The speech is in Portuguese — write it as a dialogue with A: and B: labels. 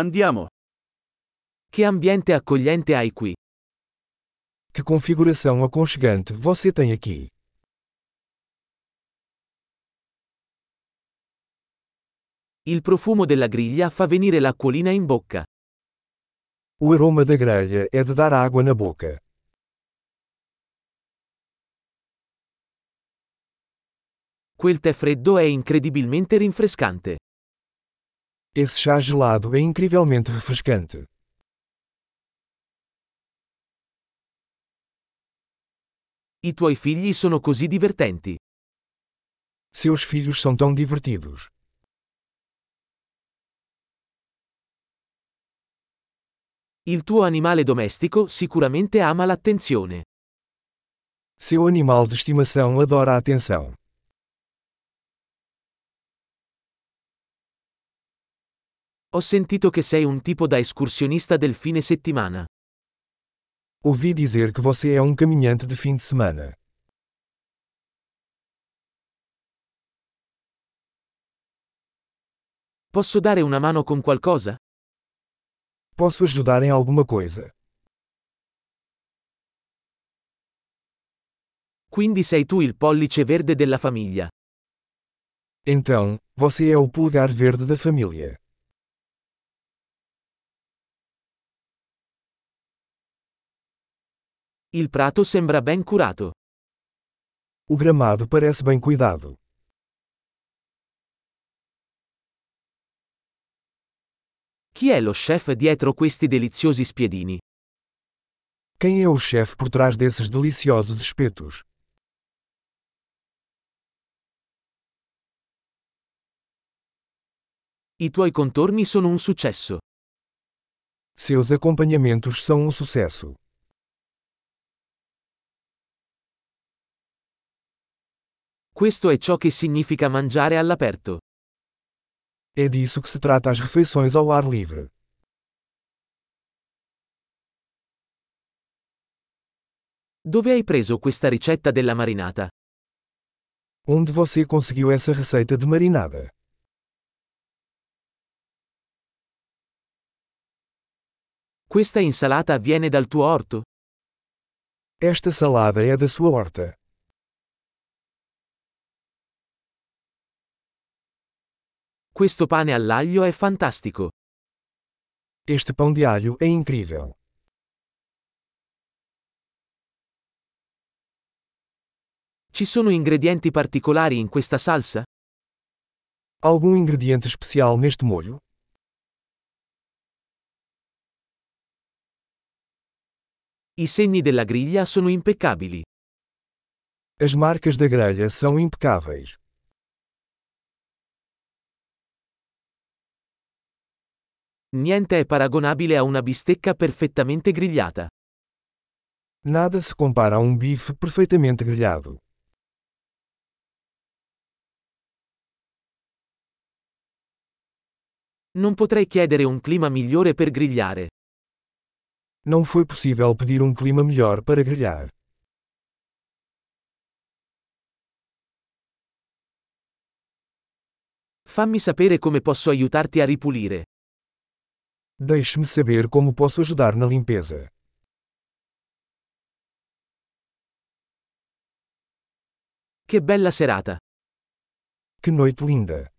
A: Andiamo. Che ambiente accogliente hai qui.
B: Que configuração aconchegante você tem aqui.
A: Il profumo della griglia fa venire l'acquolina in bocca.
B: O aroma da grelha é de dar água na boca.
A: Quel tè freddo è incredibilmente rinfrescante.
B: Esse chá gelado é incrivelmente refrescante.
A: I tuoi figli sono così divertenti.
B: Seus filhos são tão divertidos.
A: Il tuo animale domestico sicuramente ama l'attenzione.
B: Seu animal de estimação adora a atenção.
A: Ho sentito che sei un tipo da escursionista del fine settimana.
B: Ouvi dizer que você é um caminhante de fim de semana.
A: Posso dare una mano con qualcosa?
B: Posso ajudar em alguma coisa?
A: Quindi sei tu il pollice verde della famiglia.
B: Então, você é o pulgar verde da família.
A: Il prato sembra ben curato.
B: O gramado parece bem cuidado.
A: Chi è lo chef dietro questi deliziosi spiedini?
B: Quem é o chefe por trás desses deliciosos espetos?
A: I tuoi contorni sono un successo.
B: Seus acompanhamentos são um sucesso.
A: Questo è ciò che significa mangiare all'aperto.
B: É disso que se trata as refeições ao ar livre.
A: Dove hai preso questa ricetta della marinata?
B: Onde você conseguiu essa receita de marinada?
A: Questa insalata viene dal tuo orto?
B: Esta salada é da sua horta.
A: Questo pane all'aglio è fantastico.
B: Este pão de alho é incrível.
A: Ci sono ingredienti particolari in questa salsa?
B: Algum ingrediente especial neste molho?
A: I segni della griglia sono impeccabili.
B: As marcas da grelha são impecáveis.
A: Niente è paragonabile a una bistecca perfettamente grigliata.
B: Nada se compara a um bife perfeitamente grelhado.
A: Non potrei chiedere un clima migliore per grigliare.
B: Não foi possível pedir um clima melhor para grelhar.
A: Fammi sapere come posso aiutarti a ripulire.
B: Deixe-me saber como posso ajudar na limpeza.
A: Che bella serata!
B: Que noite linda!